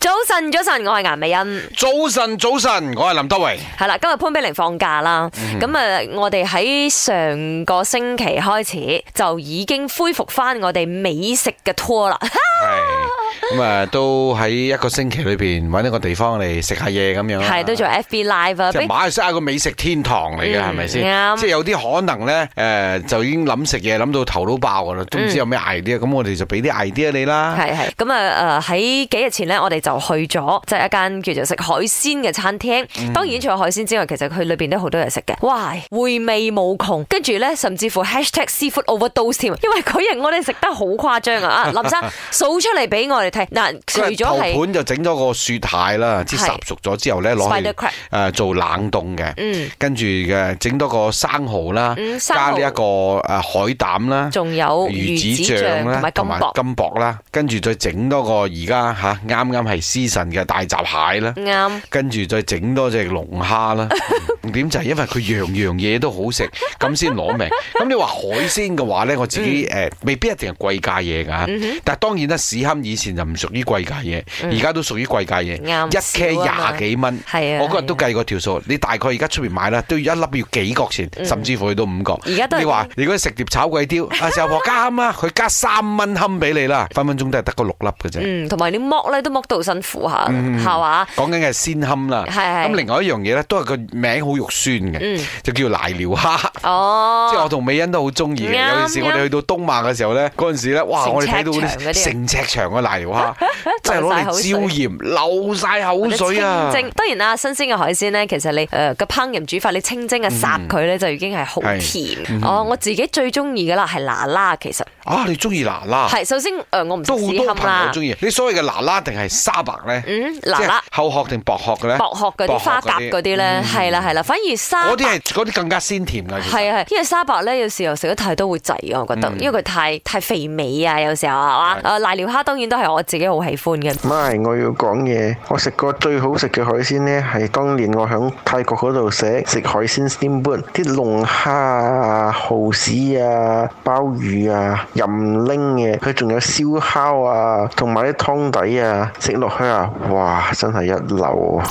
早晨，早晨，我係顏美欣。早晨，早晨，我係林德榮。係啦，今日潘碧玲放假啦，嗯咁啊、我哋喺上個星期開始就已經恢復翻我哋美食嘅 tour 啦。係咁啊，都喺一個星期裏邊揾一個地方嚟食下嘢咁樣啦。係都做 FB Live 啊啊即係俾馬來西亞個美食天堂嚟嘅，嗯係咪先？啱即係有啲可能咧，誒就已經諗食嘢諗到頭都爆噶啦，都唔知有咩 idea。咁我哋就俾啲 idea 你啦。嗯係係咁啊！誒喺幾日前咧，我哋就去咗即係一間叫做食海鮮嘅餐廳。嗯當然除咗海鮮之外，其實佢裏邊都好多嘢食嘅。哇，回味無窮。跟住咧，甚至乎 hashtag seafood overdose 添，因為嗰日我哋食得好誇張啊！啊，林 生數出嚟俾我哋睇嗱，除佢係頭咗係盤就整咗個雪蟹啦，即係係烚熟咗之後咧攞 spider 去 crab，誒做冷凍嘅，嗯跟住嘅整多個生蠔啦嗯，生加呢一蠔個誒海膽啦。仲有哦魚子醬同埋金箔。金箔啦，跟住再整多個而家吓啱啱係 season 嘅大閘蟹啦，啱，跟住再整多隻龍 蝦啦。重點就係因為佢樣樣嘢都好食，咁先攞命。咁你話海鮮嘅話呢，我自己嗯誒未必一定係貴價嘢㗎，但係當然啦，市堪以前就唔屬於貴價嘢，而家都屬於貴價嘢，嗯啱一 K 少啊嘛廿幾蚊。係啊，我嗰日都係啊計過條數，你大概而家出面買啦，都要一粒要幾角錢，甚至乎去到五角。嗯而家都係你話你嗰啲食碟炒粿條， 阿時候婆加啱啊，佢加三蚊冚俾你啦，分分鐘都係得個六粒嘅啫。嗯，同埋你剝咧都剝到辛苦下，嗯係嘛？講緊嘅係鮮冚啦，係係嗯咁另外一樣嘢咧，都係個名好肉酸嘅，就叫瀨尿蝦。哦，即係我同美欣都好中意嘅，啱有陣時我哋去到東馬嘅時候咧，嗰陣時咧，哇！成我哋睇到尺長嗰嗰啲啊啲成尺長嘅瀨尿 蝦，真係攞嚟流晒口椒鹽，流晒口水啊！清蒸當然啦，新鮮嘅海鮮咧，其實你誒個烹飪煮法，你清蒸啊嗯烚佢咧就已經係好甜。哦，我自己最中意嘅啦係嗱嗱，其實啊，你中意嗱嗱？係首先誒呃我唔都好食屎多堪朋啦友，中意。你所謂嘅嗱嗱定係沙白咧？嗯即嗱係嗱厚殼定薄殼嘅咧？薄殼嗰啲薄殼嗯花甲嗰啲咧，係啦係啦，反而沙嗰啲係嗰啲更加鮮甜嘅。其實嗯係啊係，因為沙白咧有時候食得太多會滯啊，我覺得，因為佢太太肥美啊，有時候係嘛，誒瀨尿蝦當然都係我自己好喜歡嘅。咪，我要講嘢。我食過最好食嘅海鮮呢，係當年我喺泰國嗰度食食海鮮 steamboat，啲龍蝦啊、蠔豉啊、鮑魚啊、任拎嘅，佢仲有燒烤啊，同埋啲湯底啊，食落去啊，哇，真係一流啊！